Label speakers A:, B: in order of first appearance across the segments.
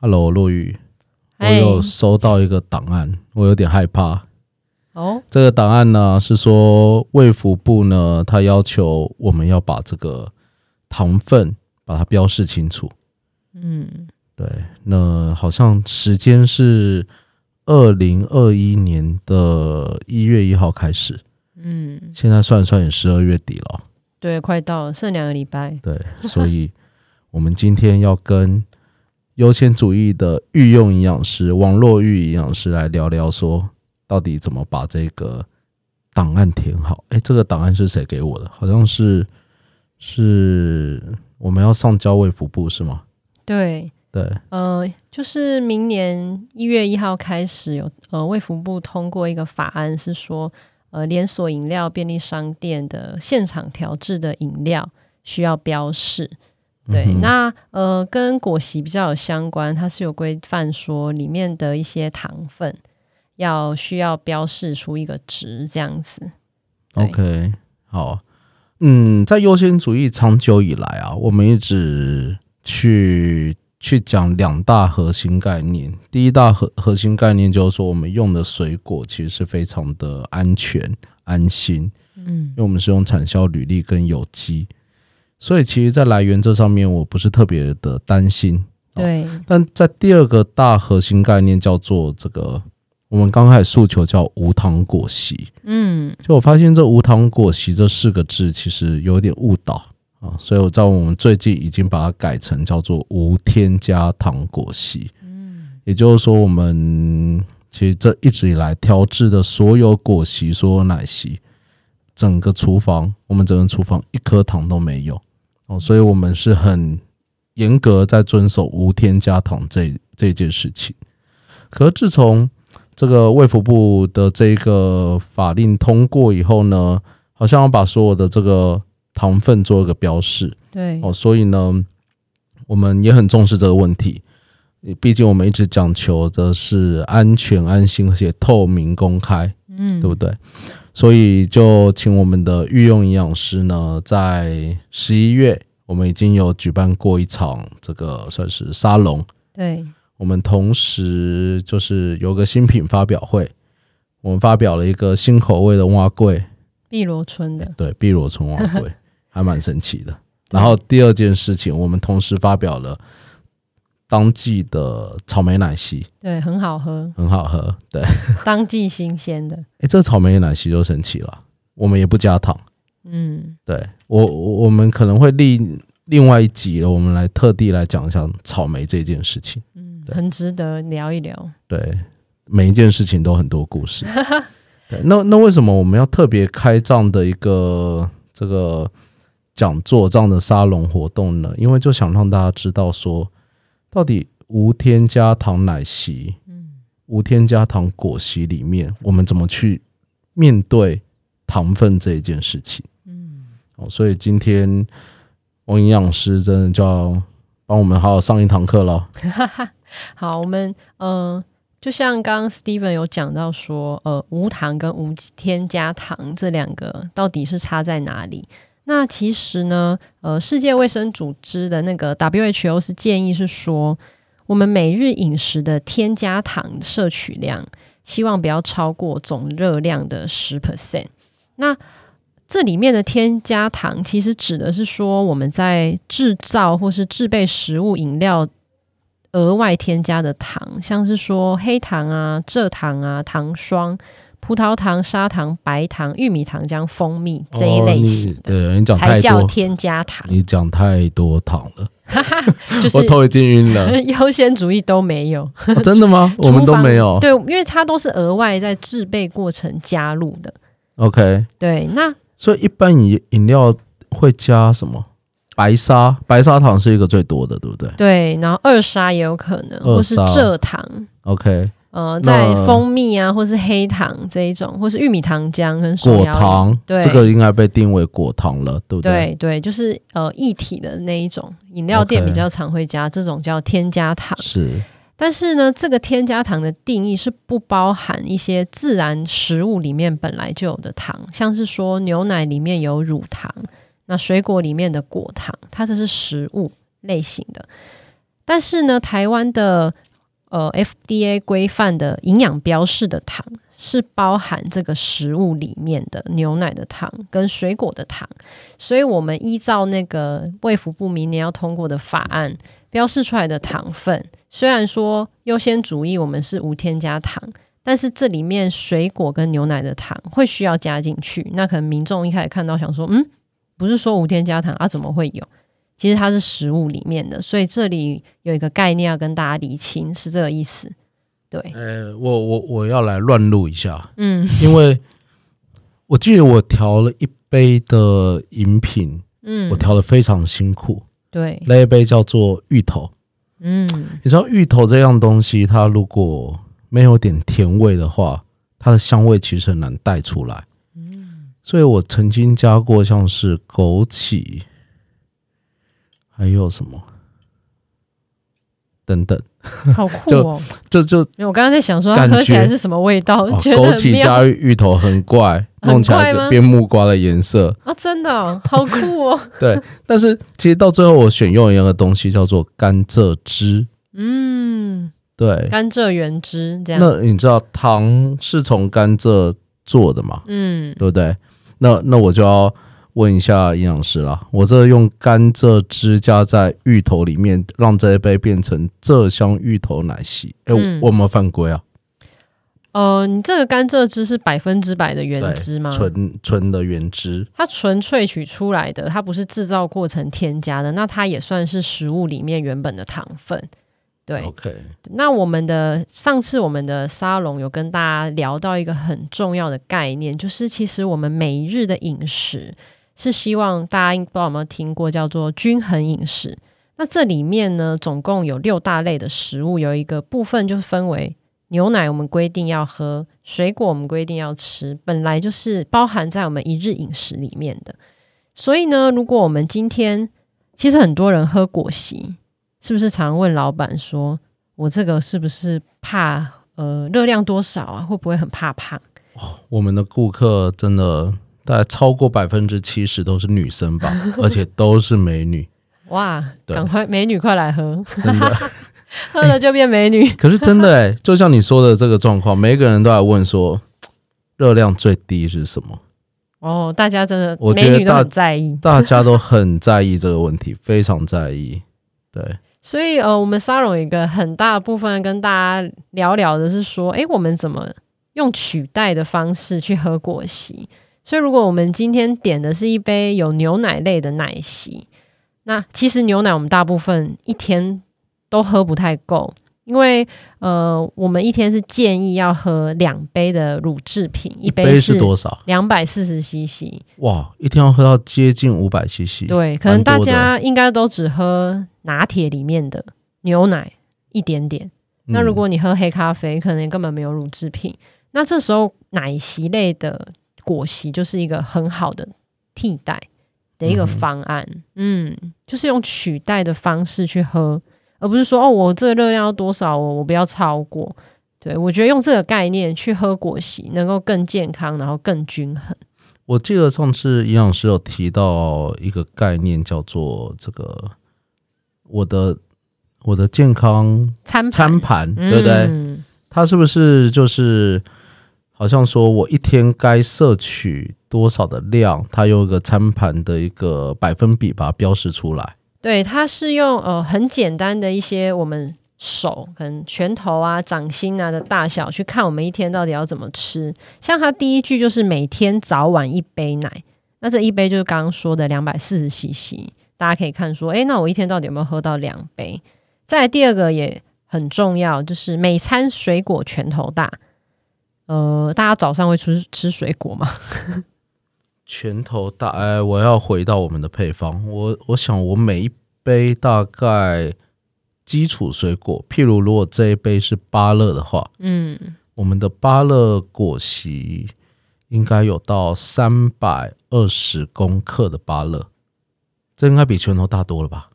A: Hello，洛宇，我
B: 哎
A: 有收到一个档案，我有点害怕。
B: 哦，
A: 这个档案呢是说卫福部呢，他要求我们要把这个糖分把它标示清楚。
B: 嗯，
A: 对，那好像时间是二零二一年的一月一号开始，
B: 嗯，
A: 现在算一算也十二月底了。
B: 对，快到了，剩两个礼拜。
A: 对，所以我们今天要跟优先主义的御用营养师王若玉营养师来聊聊，说到底怎么把这个档案填好。诶，这个档案是谁给我的？好像是是我们要上交卫福部是吗？
B: 对，
A: 对，
B: 呃，就是明年一月一号开始有，呃，卫福部通过一个法案，是说，呃，连锁饮料、便利商店的现场调制的饮料需要标示。对，
A: 嗯哼
B: 那呃，跟果昔比较有相关，它是有规范说里面的一些糖分要需要标示出一个值这样子。对
A: OK，好，嗯，在优先主义长久以来啊，我们一直去去讲两大核心概念。第一大核核心概念就是说，我们用的水果其实是非常的安全、安心，
B: 嗯
A: 因为我们是用产销履历跟有机，所以其实，在来源这上面，我不是特别的担心。
B: 对，
A: 但在第二个大核心概念叫做这个，我们刚开始诉求叫无糖果昔。
B: 嗯，
A: 就我发现这无糖果昔这四个字其实有点误导啊，所以我在我们最近已经把它改成叫做无添加糖果昔。也就是说，我们其实这一直以来调制的所有果昔、所有奶昔，整个厨房，我们整个厨房一颗糖都没有哦，所以我们是很严格在遵守无添加糖这这件事情。可是自从这个卫福部的这个法令通过以后呢，好像要把所有的这个糖分做一个标示
B: 对，
A: 哦，所以呢，我们也很重视这个问题。毕竟我们一直讲求的是安全、安心，而且透明、公开。
B: 嗯，
A: 对不对？所以就请我们的御用营养师呢，在十一月，我们已经有举办过一场这个算是沙龙，
B: 对，
A: 我们同时就是有个新品发表会，我们发表了一个新口味的蛙桂，
B: 碧螺春的，
A: 对，碧螺春蛙桂，还蛮神奇的。然后第二件事情，我们同时发表了当季的草莓奶昔，
B: 对，很好喝，
A: 很好喝。对，
B: 当季新鲜的，
A: 哎，这草莓奶昔就神奇了，我们也不加糖。
B: 嗯，
A: 对我，我我们可能会另另外一集了，我们来特地来讲一下草莓这件事情。对
B: 很值得聊一聊。
A: 对，每一件事情都很多故事。对，那那为什么我们要特别开这样的一个这个讲座、这样的沙龙活动呢？因为就想让大家知道说，到底无添加糖奶昔、
B: 嗯
A: 无添加糖果昔里面，我们怎么去面对糖分这一件事情？嗯，哦，所以今天王营养师真的就要帮我们好好上一堂课了。
B: 好，我们呃，就像刚刚 Steven 有讲到说，呃，无糖跟无添加糖这两个到底是差在哪里？那其实呢，呃，世界卫生组织的那个 WHO 是建议是说，我们每日饮食的添加糖摄取量，希望不要超过总热量的十 percent。那这里面的添加糖，其实指的是说我们在制造或是制备食物、饮料额外添加的糖，像是说黑糖啊、蔗糖啊、糖霜、葡萄糖、砂糖、白糖、玉米糖浆、蜂蜜这一类型
A: 哦
B: 的。
A: 你对你讲
B: 才
A: 太
B: 叫
A: 多，
B: 添加糖，
A: 你讲太多糖了，
B: 就
A: 嗯我
B: 是
A: 头已经晕了。
B: 优先主义都没有，
A: 哦真的吗？ 我们
B: 厨
A: 都
B: 房
A: 没有。
B: 对，因为它都是额外在制备过程加入的。
A: OK，
B: 对，那
A: 所以一般饮饮料会加什么？白砂，白砂糖是一个最多的，对不对
B: 对，然后二砂也有可能，
A: 二
B: 或是
A: 砂
B: 蔗糖，
A: ？OK，
B: 呃，
A: 那
B: 在蜂蜜啊，或是黑糖这一种，或是玉米糖浆跟手
A: 果
B: 摇饮
A: 糖，
B: 对
A: 这个应该被定为果糖了，对不对？
B: 对对，就是呃一体的那一种，饮料店
A: OK
B: 比较常会加这种叫添加糖。
A: 是
B: 但是呢，这个添加糖的定义是不包含一些自然食物里面本来就有的糖，像是说牛奶里面有乳糖，那水果里面的果糖，它这是食物类型的。但是呢，台湾的呃 FDA 规范的营养标示的糖是包含这个食物里面的牛奶的糖跟水果的糖，所以我们依照那个卫福部明年要通过的法案标示出来的糖分，虽然说优先主义我们是无添加糖。但是这里面水果跟牛奶的糖会需要加进去，那可能民众一开始看到想说，嗯，不是说无添加糖啊，怎么会有？其实它是食物里面的，所以这里有一个概念要跟大家理清，是这个意思。对，
A: 呃，我我我要来乱录一下，
B: 嗯
A: 因为我记得我调了一杯的饮品，
B: 嗯
A: 我，调的非常辛苦，
B: 对，
A: 那一杯叫做芋头。
B: 嗯
A: 你知道芋头这样东西，它如果没有点甜味的话，它的香味其实很难带出来。所以我曾经加过像是枸杞，还有什么等等，
B: 好酷哦！
A: 这就
B: 因为我刚刚在想说它
A: 感觉
B: 喝起来是什么味道，
A: 哦
B: 觉得
A: 枸
B: 很
A: 杞
B: 妙
A: 加芋头很怪，
B: 很
A: 弄起来
B: 怪吗
A: 有变木瓜的颜色。
B: 啊，真的哦、好酷哦！
A: 对，但是其实到最后我选用一个东西叫做甘蔗汁。
B: 嗯，
A: 对，
B: 甘蔗原汁这样，
A: 那你知道糖是从甘蔗做的嘛？
B: 嗯
A: 对不对？那那我就要问一下营养师啦。我这用甘蔗汁加在芋头里面，让这一杯变成蔗香芋头奶昔。哎、
B: 嗯
A: 我我有没有犯规啊？
B: 呃，你这个甘蔗汁是百分之百的原汁吗？
A: 纯纯的原汁，
B: 它纯萃取出来的，它不是制造过程添加的，那它也算是食物里面原本的糖分。对，
A: ，OK，
B: 那我们的上次我们的沙龙有跟大家聊到一个很重要的概念，就是其实我们每日的饮食是希望大家应不知道有没有听过叫做均衡饮食。那这里面呢，总共有六大类的食物，有一个部分就是分为牛奶，我们规定要喝；水果我们规定要吃，本来就是包含在我们一日饮食里面的。所以呢，如果我们今天其实很多人喝果昔，是不是常问老板说，我这个是不是怕呃热量多少啊？会不会很怕胖？
A: 我们的顾客真的大概超过百分之七十都是女生 吧，而且都是美女，
B: 哇，
A: 对
B: 赶快美女快 来喝，
A: 真的。
B: 喝了就变美女。
A: 可是真的哎、就像你说的这个状况，每一个人都来问说，热量最低是什么？
B: 哦，大家真的
A: 我觉
B: 美
A: 得
B: 女都很
A: 大
B: 在意。
A: 大家都很在意这个问题，非常在意。对，
B: 所以呃，我们沙龙有一个很大的部分跟大家聊聊的是说，诶，我们怎么用取代的方式去喝果昔？所以如果我们今天点的是一杯有牛奶类的奶昔，那其实牛奶我们大部分一天都喝不太够，因为呃，我们一天是建议要喝两杯的乳制品，一
A: 杯
B: 是
A: 是多少？
B: 两百四十 CC。
A: 哇，一天要喝到接近五百 CC。
B: 对，可能
A: 蛮多
B: 大
A: 的
B: 家应该都只喝拿铁里面的牛奶一点点。
A: 嗯
B: 那如果你喝黑咖啡，可能根本没有乳制品。那这时候奶昔类的果昔就是一个很好的替代的一个
A: 嗯哼
B: 方案。嗯就是用取代的方式去喝，而不是说哦，我这个热量要多少，我我不要超过。对，我觉得用这个概念去喝果昔，能够更健康，然后更均衡。
A: 我记得上次营养师有提到一个概念，叫做这个我的我的健康
B: 餐盘
A: 餐盘，对不对？
B: 嗯
A: 它是不是就是好像说我一天该摄取多少的量，它有一个餐盘的一个百分比把它标示出来？
B: 对，它是用呃很简单的一些我们手可能拳头啊、掌心啊的大小去看我们一天到底要怎么吃。像它第一句就是每天早晚一杯奶，那这一杯就是刚刚说的两百四十 CC，大家可以看说，诶，那我一天到底有没有喝到两杯？再来第二个也很重要，就是每餐水果拳头大。呃，大家早上会吃吃水果吗？
A: 拳头大，哎，我要回到我们的配方。我我想，我每一杯大概基础水果，譬如如果这一杯是芭乐的话，
B: 嗯，
A: 我们的芭乐果昔应该有到三百二十公克的芭乐，这应该比拳头大多了吧？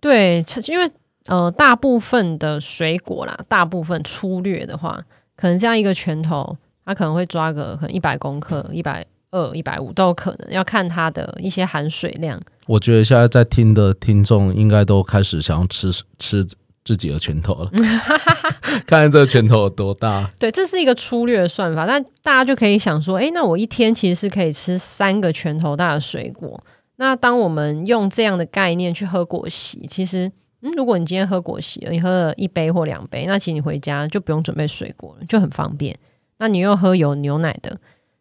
B: 对，其因为呃，大部分的水果啦，大部分粗略的话，可能这样一个拳头，它可能会抓个可能一百公克、一百二、一百五都有可能，要看它的一些含水量。
A: 我觉得现在在听的听众应该都开始想要吃吃自己的拳头了， 看看这个拳头有多大。
B: 对，这是一个粗略的算法，但大家就可以想说，诶，那我一天其实是可以吃三个拳头大的水果。那当我们用这样的概念去喝果昔，其实，嗯，如果你今天喝果昔了，你喝了一杯或两杯，那其实你回家就不用准备水果了，就很方便。那你又喝有牛奶的，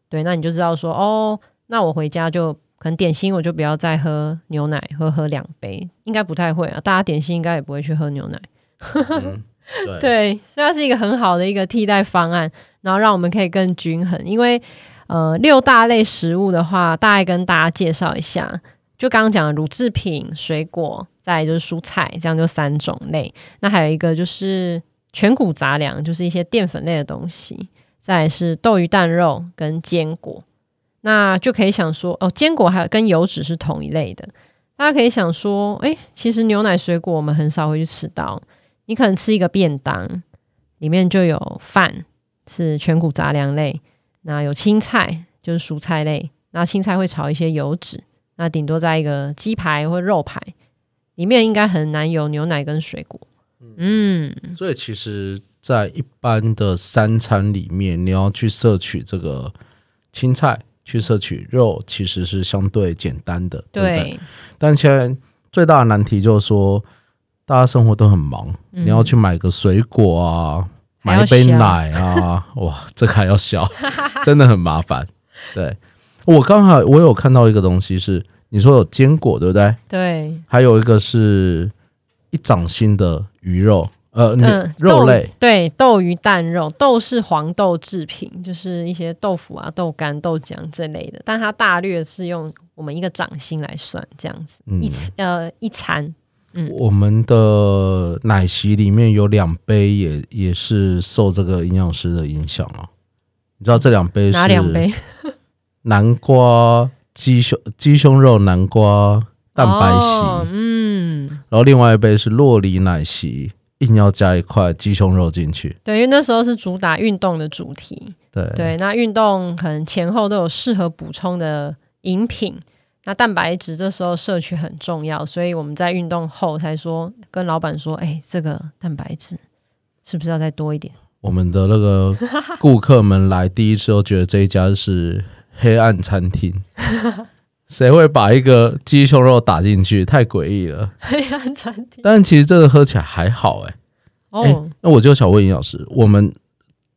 B: 对，那你就知道说，哦，那我回家就可能点心我就不要再喝牛奶，喝喝两杯，应该不太会啊，大家点心应该也不会去喝牛奶。
A: 嗯、对，
B: 对，所以它是一个很好的一个替代方案，然后让我们可以更均衡。因为呃，六大类食物的话，大概跟大家介绍一下，就刚刚讲的乳制品、水果，再来就是蔬菜，这样就三种类。那还有一个就是全谷杂粮，就是一些淀粉类的东西，再来是豆鱼蛋肉跟坚果。那就可以想说，哦，坚果还有跟油脂是同一类的。大家可以想说，诶，其实牛奶、水果我们很少会去吃到，你可能吃一个便当，里面就有饭是全谷杂粮类，那有青菜就是蔬菜类，那青菜会炒一些油脂，那顶多在一个鸡排或肉排里面应该很难有牛奶跟水果。嗯，
A: 所以其实，在一般的三餐里面，你要去摄取这个青菜，去摄取肉，其实是相对简单的，对不对？
B: 对，
A: 但现在最大的难题就是说，大家生活都很忙，
B: 嗯
A: 你要去买个水果啊，
B: 还要
A: 买一杯
B: 削
A: 奶啊，哇，这个还要削， 真的很麻烦。对我刚好我有看到一个东西是，你说有坚果对不对？
B: 对，
A: 还有一个是一掌心的鱼肉，呃，你
B: 嗯，
A: 肉
B: 豆
A: 类，
B: 对豆鱼蛋肉，豆是黄豆制品，就是一些豆腐啊、豆干、豆浆这类的，但它大略是用我们一个掌心来算，这样子、
A: 嗯
B: 一次呃一餐，
A: 我们的奶昔里面有两杯也也是受这个营养师的影响啊。你知道这两杯是
B: 拿两杯？
A: 南瓜鸡胸鸡胸肉南瓜蛋白昔，
B: 哦嗯，
A: 然后另外一杯是洛梨奶昔，硬要加一块鸡胸肉进去。
B: 对，因为那时候是主打运动的主题，
A: 对
B: 对，那运动可能前后都有适合补充的饮品。那蛋白质这时候摄取很重要，所以我们在运动后才说跟老板说，哎、这个蛋白质是不是要再多一点？
A: 我们的那 个顾客们来第一次都觉得这一家是黑暗餐厅，谁会把一个鸡胸肉打进去？太诡异了。
B: 黑暗餐厅
A: 但其实这个喝起来还好哎、
B: 哦，
A: 哎那我就想问营养师，我们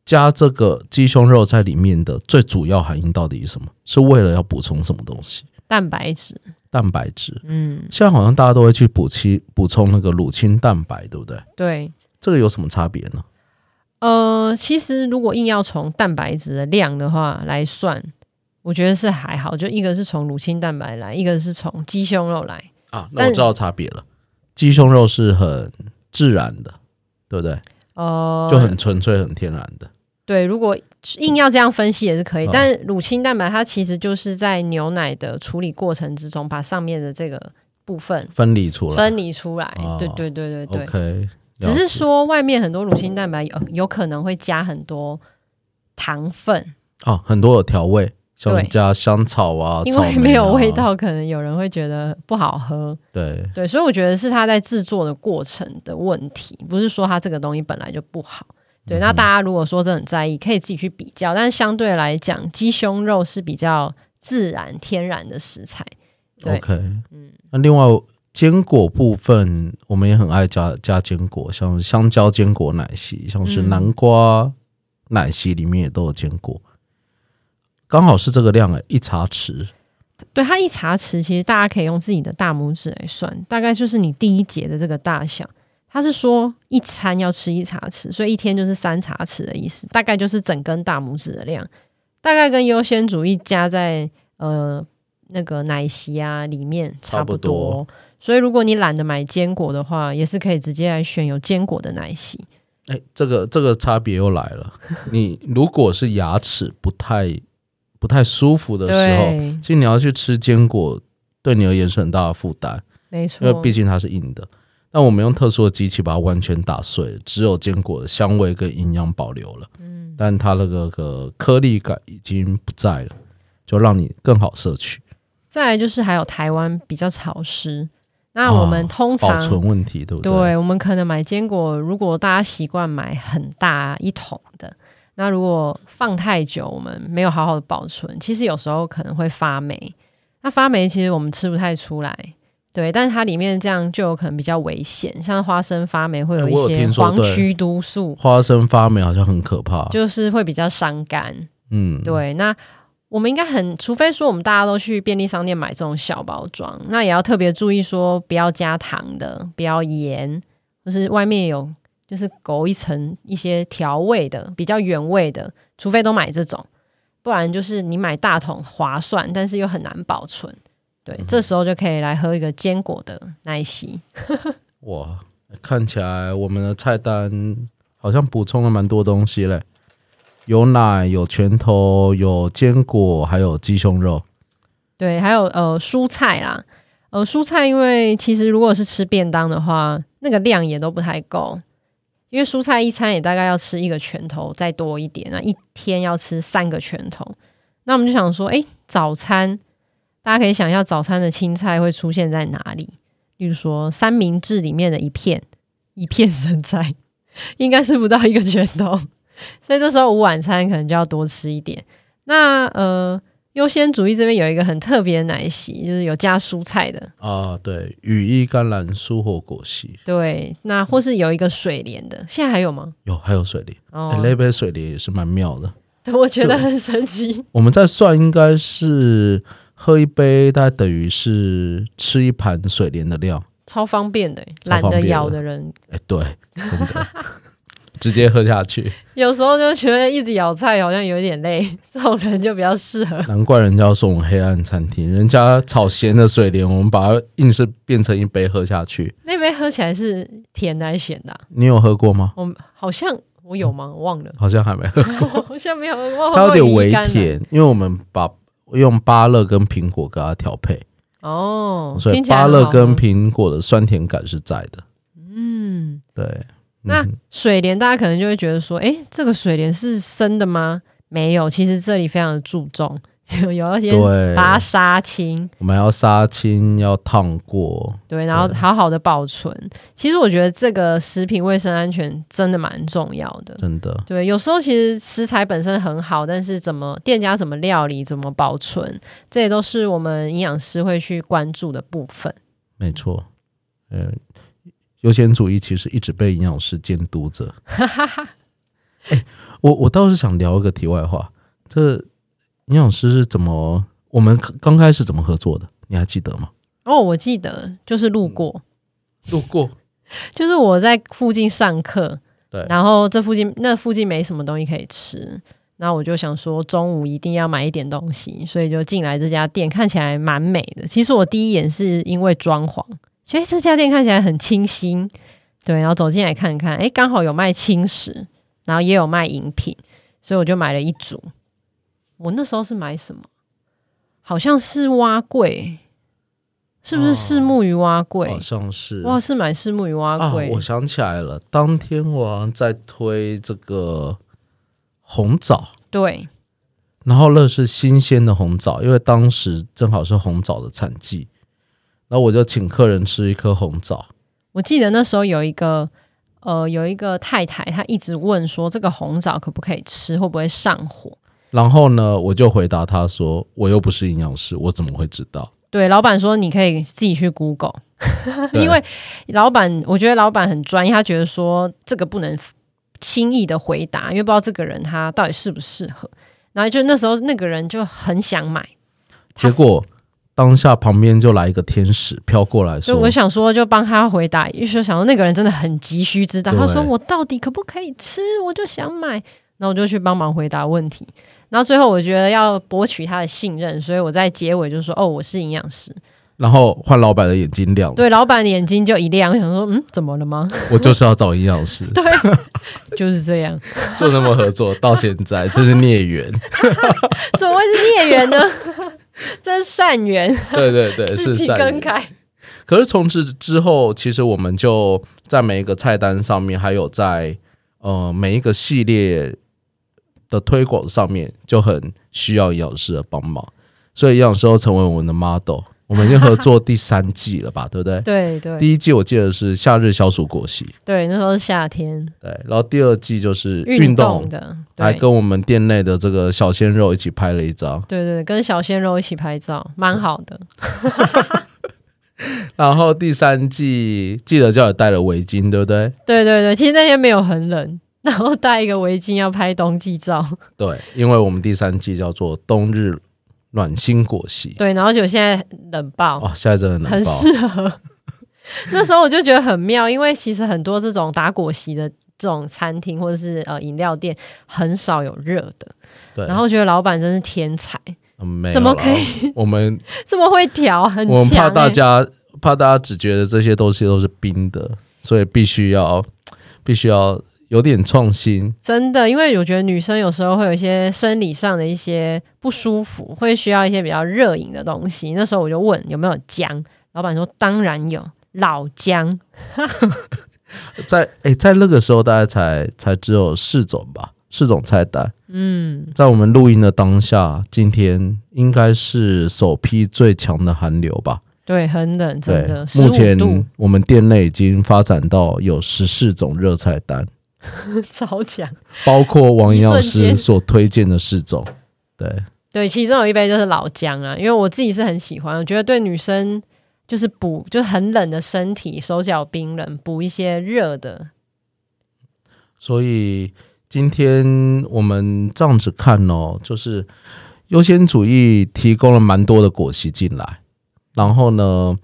A: 加这个鸡胸肉在里面的最主要含义到底是什么？是为了要补充什么东西？
B: 蛋白质，
A: 蛋白质。
B: 嗯，
A: 现在好像大家都会去补气补充那个乳清蛋白，对不对？
B: 对，
A: 这个有什么差别呢？
B: 呃，其实如果硬要从蛋白质的量的话来算，我觉得是还好，就一个是从乳清蛋白来，一个是从鸡胸肉来，
A: 啊，那
B: 但
A: 我知道差别了。鸡胸肉是很自然的，对不对？
B: 呃，
A: 就很纯粹、很天然的。
B: 对，如果硬要这样分析也是可以，
A: 嗯
B: 但乳清蛋白它其实就是在牛奶的处理过程之中，把上面的这个部分
A: 分离出来。
B: 分离出来。
A: 哦
B: 对对对对对。
A: OK，
B: 只
A: 了
B: 是
A: 解
B: 说外面很多乳清蛋白有有可能会加很多糖分，
A: 哦，很多有调味，像是
B: 对
A: 加香草啊，
B: 因
A: 草莓
B: 为
A: 啊
B: 没有味。道，可能有人会觉得不好喝。
A: 对，
B: 对，所以我觉得是它在制作的过程的问题，不是说它这个东西本来就不好。对，那大家如果说真的很在意，可以自己去比较，但是相对来讲，鸡胸肉是比较自然天然的食材。对嗯
A: OK，那另外坚果部分，我们也很爱加加坚果，像香蕉坚果奶昔，像是
B: 嗯
A: 南瓜奶昔里面也都有坚果，刚好是这个量诶、啊一茶匙。
B: 对，它一茶匙，其实大家可以用自己的大拇指来算，大概就是你第一节的这个大小。它是说一餐要吃一茶匙，所以一天就是三茶匙的意思，大概就是整根大拇指的量，大概跟优先主义加在呃那个奶昔啊里面差不多。
A: 差不
B: 所以如果你懒得买坚果的话，也是可以直接来选有坚果的奶昔。
A: 哎、这个这个差别又来 了。你如果是牙齿不太不太舒服的时候，
B: 对，
A: 其实你要去吃坚果，对你而言是很大的负担。
B: 没
A: 因为
B: 错
A: 毕，竟它是硬的。但我们用特殊的机器把它完全打碎，只有坚果的香味跟营养保留了，嗯，但它那个个颗粒感已经不在了，就让你更好摄取。
B: 再来就是还有台湾比较潮湿，那我们
A: 啊
B: 通常、
A: 保存问题，对不对？
B: 对，我们可能买坚果，如果大家习惯买很大一桶的，那如果放太久，我们没有好好的保存，其实有时候可能会发霉。那发霉其实我们吃不太出来，对，但是它里面这样就有可能比较危险，像花生发霉会
A: 哎
B: 有一
A: 我有
B: 些
A: 听说
B: 黄
A: 对
B: 曲毒素，
A: 花生发霉好像很可怕，
B: 就是会比较伤肝。
A: 嗯，
B: 对，那我们应该很，除非说我们大家都去便利商店买这种小包装，那也要特别注意说不要加糖的，不要盐，就是外面有就是勾一层一些调味的，比较原味的，除非都买这种，不然就是你买大桶划算，但是又很难保存。对，这时候就可以来喝一个坚果的奶昔。
A: 哇，看起来我们的菜单好像补充了蛮多东西嘞，有奶，有拳头，有坚果，还有鸡胸肉。
B: 对，还有呃蔬菜啦，呃蔬菜因为其实如果是吃便当的话，那个量也都不太够，因为蔬菜一餐也大概要吃一个拳头再多一点，那一天要吃三个拳头。那我们就想说，诶，早餐大家可以想一下早餐的青菜会出现在哪里？例如说三明治里面的一片一片生菜，应该是不到一个拳头， 所以这时候午晚餐可能就要多吃一点。那呃，优先主义这边有一个很特别的奶昔，就是有加蔬菜的，
A: 啊，对，羽衣甘蓝蔬或果昔，
B: 对，那或是有一个水莲的，现在还有吗？
A: 有还有水莲，
B: 哦
A: 哎，，那杯水莲也是蛮妙的。
B: 对 我觉得很神奇。
A: 我们在算应该是喝一杯，大概等于是吃一盘水莲的量。
B: 超方便的，
A: 超
B: 懒
A: 方便
B: 得
A: 的
B: 咬的人，
A: 哎，对，真的， 直接喝下去，
B: 有时候就觉得一直咬菜好像有点累， 这种人就比较适合。
A: 难怪人家要送我们黑暗餐厅，人家炒咸的水莲，我们把它硬是变成一杯喝下去。
B: 那杯喝起来是甜的还是咸的啊、
A: 你有喝过吗？，
B: 我好像我有吗？我忘了
A: 好像还没喝，
B: 我好像没有。我
A: 它有点微
B: 哦我有乙肝
A: 甜，因为我们把用芭乐跟苹果给它调配，
B: 啊哦，
A: 所以
B: 听起来
A: 芭
B: 很
A: 乐
B: 好
A: 跟
B: 喝
A: 苹果的酸甜感是在的。嗯，对。
B: 那
A: 嗯
B: 水莲大家可能就会觉得说，诶，这个水莲是生的吗？没有，其实这里非常的注重， 有要先
A: 对，
B: 把它杀青，
A: 我们要杀青，要烫过，
B: 对，然后好好的保存。其实我觉得这个食品卫生安全真的蛮重要的。
A: 真的。
B: 对，有时候其实食材本身很好，但是怎么店家怎么料理、怎么保存，这也都是我们营养师会去关注的部分。
A: 没错，嗯，优先主义其实一直被营养师监督着。哎我我倒是想聊一个题外话，这营养师是怎么我们刚开始怎么合作的？你还记得吗？
B: 哦，我记得就是
A: 嗯
B: 路过，
A: 路过，
B: 就是我在附近上课，
A: 对
B: 然后这附近那附近没什么东西可以吃，那我就想说中午一定要买一点东西，所以就进来这家店，看起来蛮美的。其实我第一眼是因为装潢，觉得这家店看起来很清新，对，然后走进来看看，诶，刚好有卖轻食，然后也有卖饮品，所以我就买了一组。我那时候是买什么？好像是蛙桂，是不是
A: 哦
B: 四目鱼蛙桂？
A: 好像是
B: 我好像是买四目鱼蛙
A: 啊，
B: 桂、
A: 我想起来了，当天我好像在推这个红枣。
B: 对，
A: 然后乐是新鲜的红枣，因为当时正好是红枣的产季，然后我就请客人吃一颗红枣。
B: 我记得那时候有一个呃有一个太太，她一直问说这个红枣可不可以吃，会不会上火？
A: 然后呢，我就回答他说：“我又不是营养师，我怎么会知道
B: 对，老板说你可以自己去 Google，？”
A: 对
B: 因为老板我觉得老板很专业，他觉得说这个不能轻易的回答，因为不知道这个人他到底适不适合。然后就那时候那个人就很想买，他
A: 结果当下旁边就来一个天使飘过来
B: 所
A: 说
B: 以我想说，就帮他回答，因为说想说那个人真的很急需知道，
A: 对
B: 他说我到底可不可以吃，我就想买，然后我就去帮忙回答问题，然后最后我觉得要博取他的信任，所以我在结尾就说哦，我是营养师，：“
A: 然后换老板的眼睛亮了，
B: 对，老板的眼睛就一亮，我想说嗯，怎么了吗？
A: 我就是要找营养师，
B: 就是这样，
A: 就那么合作到现在，这是孽 缘。
B: 怎么会是孽缘呢？ 这是善缘，
A: 对对对，
B: 自
A: 是
B: 己
A: 善
B: 更
A: 缘
B: 改，
A: 可是从此之后，其实我们就在每一个菜单上面，还有在呃每一个系列的推广上面，就很需要营养师的帮忙，所以营养师又成为我们的 model。我们已经合作第三季了吧，对不 对？
B: 对对
A: 第一季我记得是夏日消暑果昔，
B: 对，那时候是夏天
A: 对，然后第二季就是
B: 运
A: 运
B: 动
A: 动，
B: 的，
A: 还
B: 对
A: 跟我们店内的这个小鲜肉一起拍了一张。
B: 对对，跟小鲜肉一起拍照，蛮好的。
A: 然后第三季记得叫你带了围巾，对不对？
B: 对对对，其实那天没有很冷， 然后戴一个围巾要拍冬季照，
A: 对，因为我们第三季叫做冬日暖心果昔。
B: 对，然后就现在冷爆，
A: 哦，现在真的能
B: 很
A: 爆，
B: 适合。那时候我就觉得很妙，因为其实很多这种打果昔的这种餐厅或者是呃饮料店很少有热的，
A: 对，
B: 然后觉得老板真是天才，
A: 嗯没有
B: 怎么
A: 啦
B: 可
A: 我们
B: 这么会调，很
A: 我们怕
B: 强、
A: 大
B: 欸。
A: 家怕大家只觉得这些东西都是冰的，所以必须要必须要有点创新。
B: 真的，因为我觉得女生有时候会有一些生理上的一些不舒服，会需要一些比较热饮的东西。那时候我就问有没有姜，老板说当然有老姜，
A: 在诶，在那个时候大概才才只有四种吧，四种菜单。嗯，在我们录音的当下，今天应该是首批最强的寒流吧？
B: 对，很冷，
A: 对
B: 真的，，
A: 目
B: 15度
A: 前我们店内已经发展到有十四种热菜单，
B: 超强。
A: 包括王营养
B: 一瞬
A: 师
B: 间
A: 所推荐的四种。对，
B: 对，其中有一杯就是老姜啊，因为我自己是很喜欢，我觉得对女生就是补，就是很冷的身体，手脚冰冷，补一些热的。
A: 所以今天我们这样子看哦，就是优先主义提供了蛮多的果昔进来，然后呢，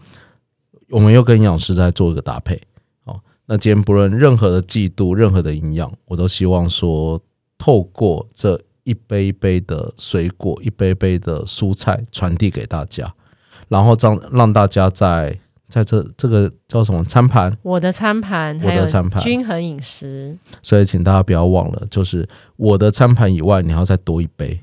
A: 我们又跟营养师在做一个搭配。哦，那今天不论任何的季度、任何的营养，我都希望说，透过这一杯一杯的水果、一杯一杯的蔬菜传递给大家，然后让让大家在在这这个叫什么餐盘
B: 我的餐盘，
A: 我的
B: 还有
A: 餐盘
B: 均衡饮食，
A: 所以请大家不要忘了，就是我的餐盘以外，你还要再多一杯。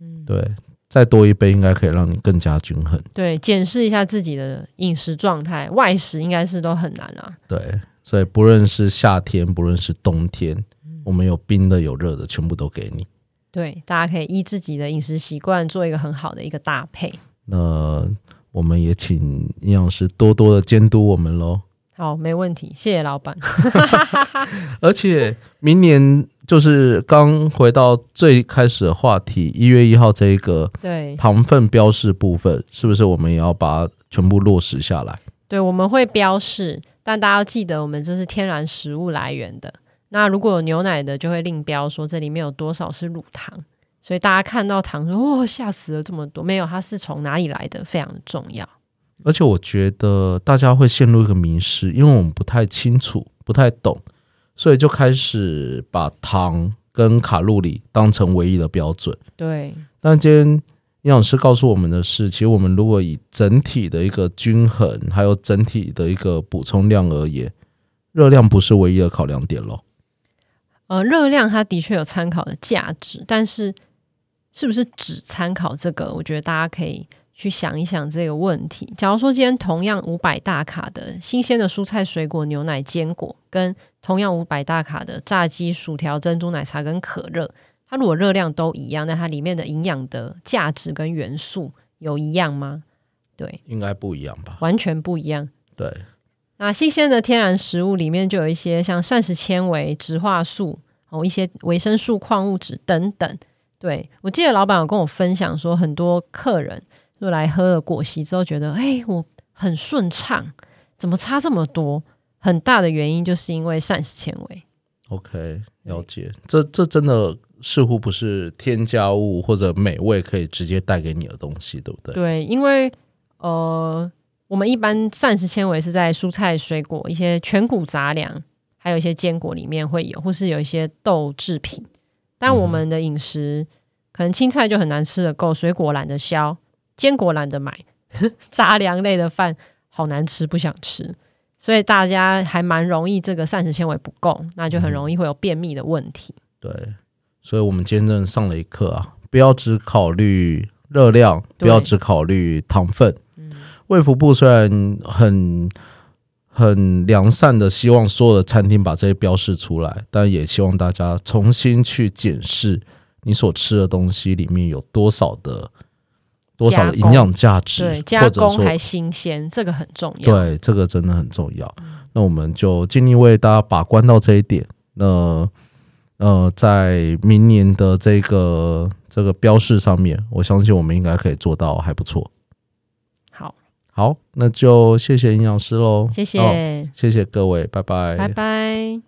A: 嗯，对，再多一杯应该可以让你更加均衡。
B: 对，检视一下自己的饮食状态，外食应该是都很难啊。
A: 对，所以不论是夏天，不论是冬天，我们有冰的有热的，全部都给你。
B: 对，大家可以依自己的饮食习惯做一个很好的一个搭配。
A: 那我们也请营养师多多的监督我们喽。
B: 好，没问题，谢谢老板。
A: 而且明年就是刚回到最开始的话题，一月一号这一个
B: 对
A: 糖分标示部分，是不是我们也要把它全部落实下来？
B: 对，我们会标示，但大家要记得，我们这是天然食物来源的。那如果有牛奶的，就会另标说这里面有多少是乳糖。所以大家看到糖说哦，吓死了，这么多没有，它是从哪里来的，非常重要。
A: 而且我觉得大家会陷入一个迷失，因为我们不太清楚、不太懂，所以就开始把糖跟卡路里当成唯一的标准。
B: 对
A: 但今天营养师告诉我们的是，其实我们如果以整体的一个均衡，还有整体的一个补充量而言，热量不是唯一的考量点咯。
B: 呃，热量它的确有参考的价值，但是是不是只参考这个？我觉得大家可以去想一想这个问题。假如说今天同样五百大卡的新鲜的蔬菜、水果、牛奶、坚果，跟同样五百大卡的炸鸡、薯条、珍珠奶茶跟可乐，它如果热量都一样，那它里面的营养的价值跟元素有一样吗？对，
A: 应该不一样吧？
B: 完全不一样。
A: 对，
B: 那新鲜的天然食物里面就有一些像膳食纤维、植化素，哦，一些维生素、矿物质等等。对我记得老板有跟我分享说，很多客人就来喝了果昔之后，觉得哎、我很顺畅，怎么差这么多？很大的原因就是因为膳食纤维。
A: OK，了解。这这真的似乎不是添加物或者美味可以直接带给你的东西，对不对？
B: 对，因为呃，我们一般膳食纤维是在蔬菜、水果、一些全谷杂粮，还有一些坚果里面会有，或是有一些豆制品。但
A: 嗯
B: 我们的饮食、可能青菜就很难吃得够，水果懒得削，坚果懒得买， 杂粮类的饭好难吃，不想吃。所以大家还蛮容易这个膳食纤维不够，那就
A: 嗯
B: 很容易会有便秘的问题。
A: 对，所以我们今天真的上了一课啊，不要只考虑热量，
B: 对
A: 不
B: 嗯
A: 要只考虑糖分。卫福部虽然很很良善的希望所有的餐厅把这些标示出来，但也希望大家重新去检视你所吃的东西里面有多少的多少的营养价值，
B: 对，加
A: 或者
B: 工
A: 说
B: 还新鲜，这个很重要。
A: 对，这个真的很重要。那我们就尽力为大家把关到这一点。那呃，在明年的这个这个标示上面，我相信我们应该可以做到还不错。
B: 好，
A: 好，那就谢谢营养师喽，
B: 谢谢，
A: 哦谢谢各位，拜拜，
B: 拜拜。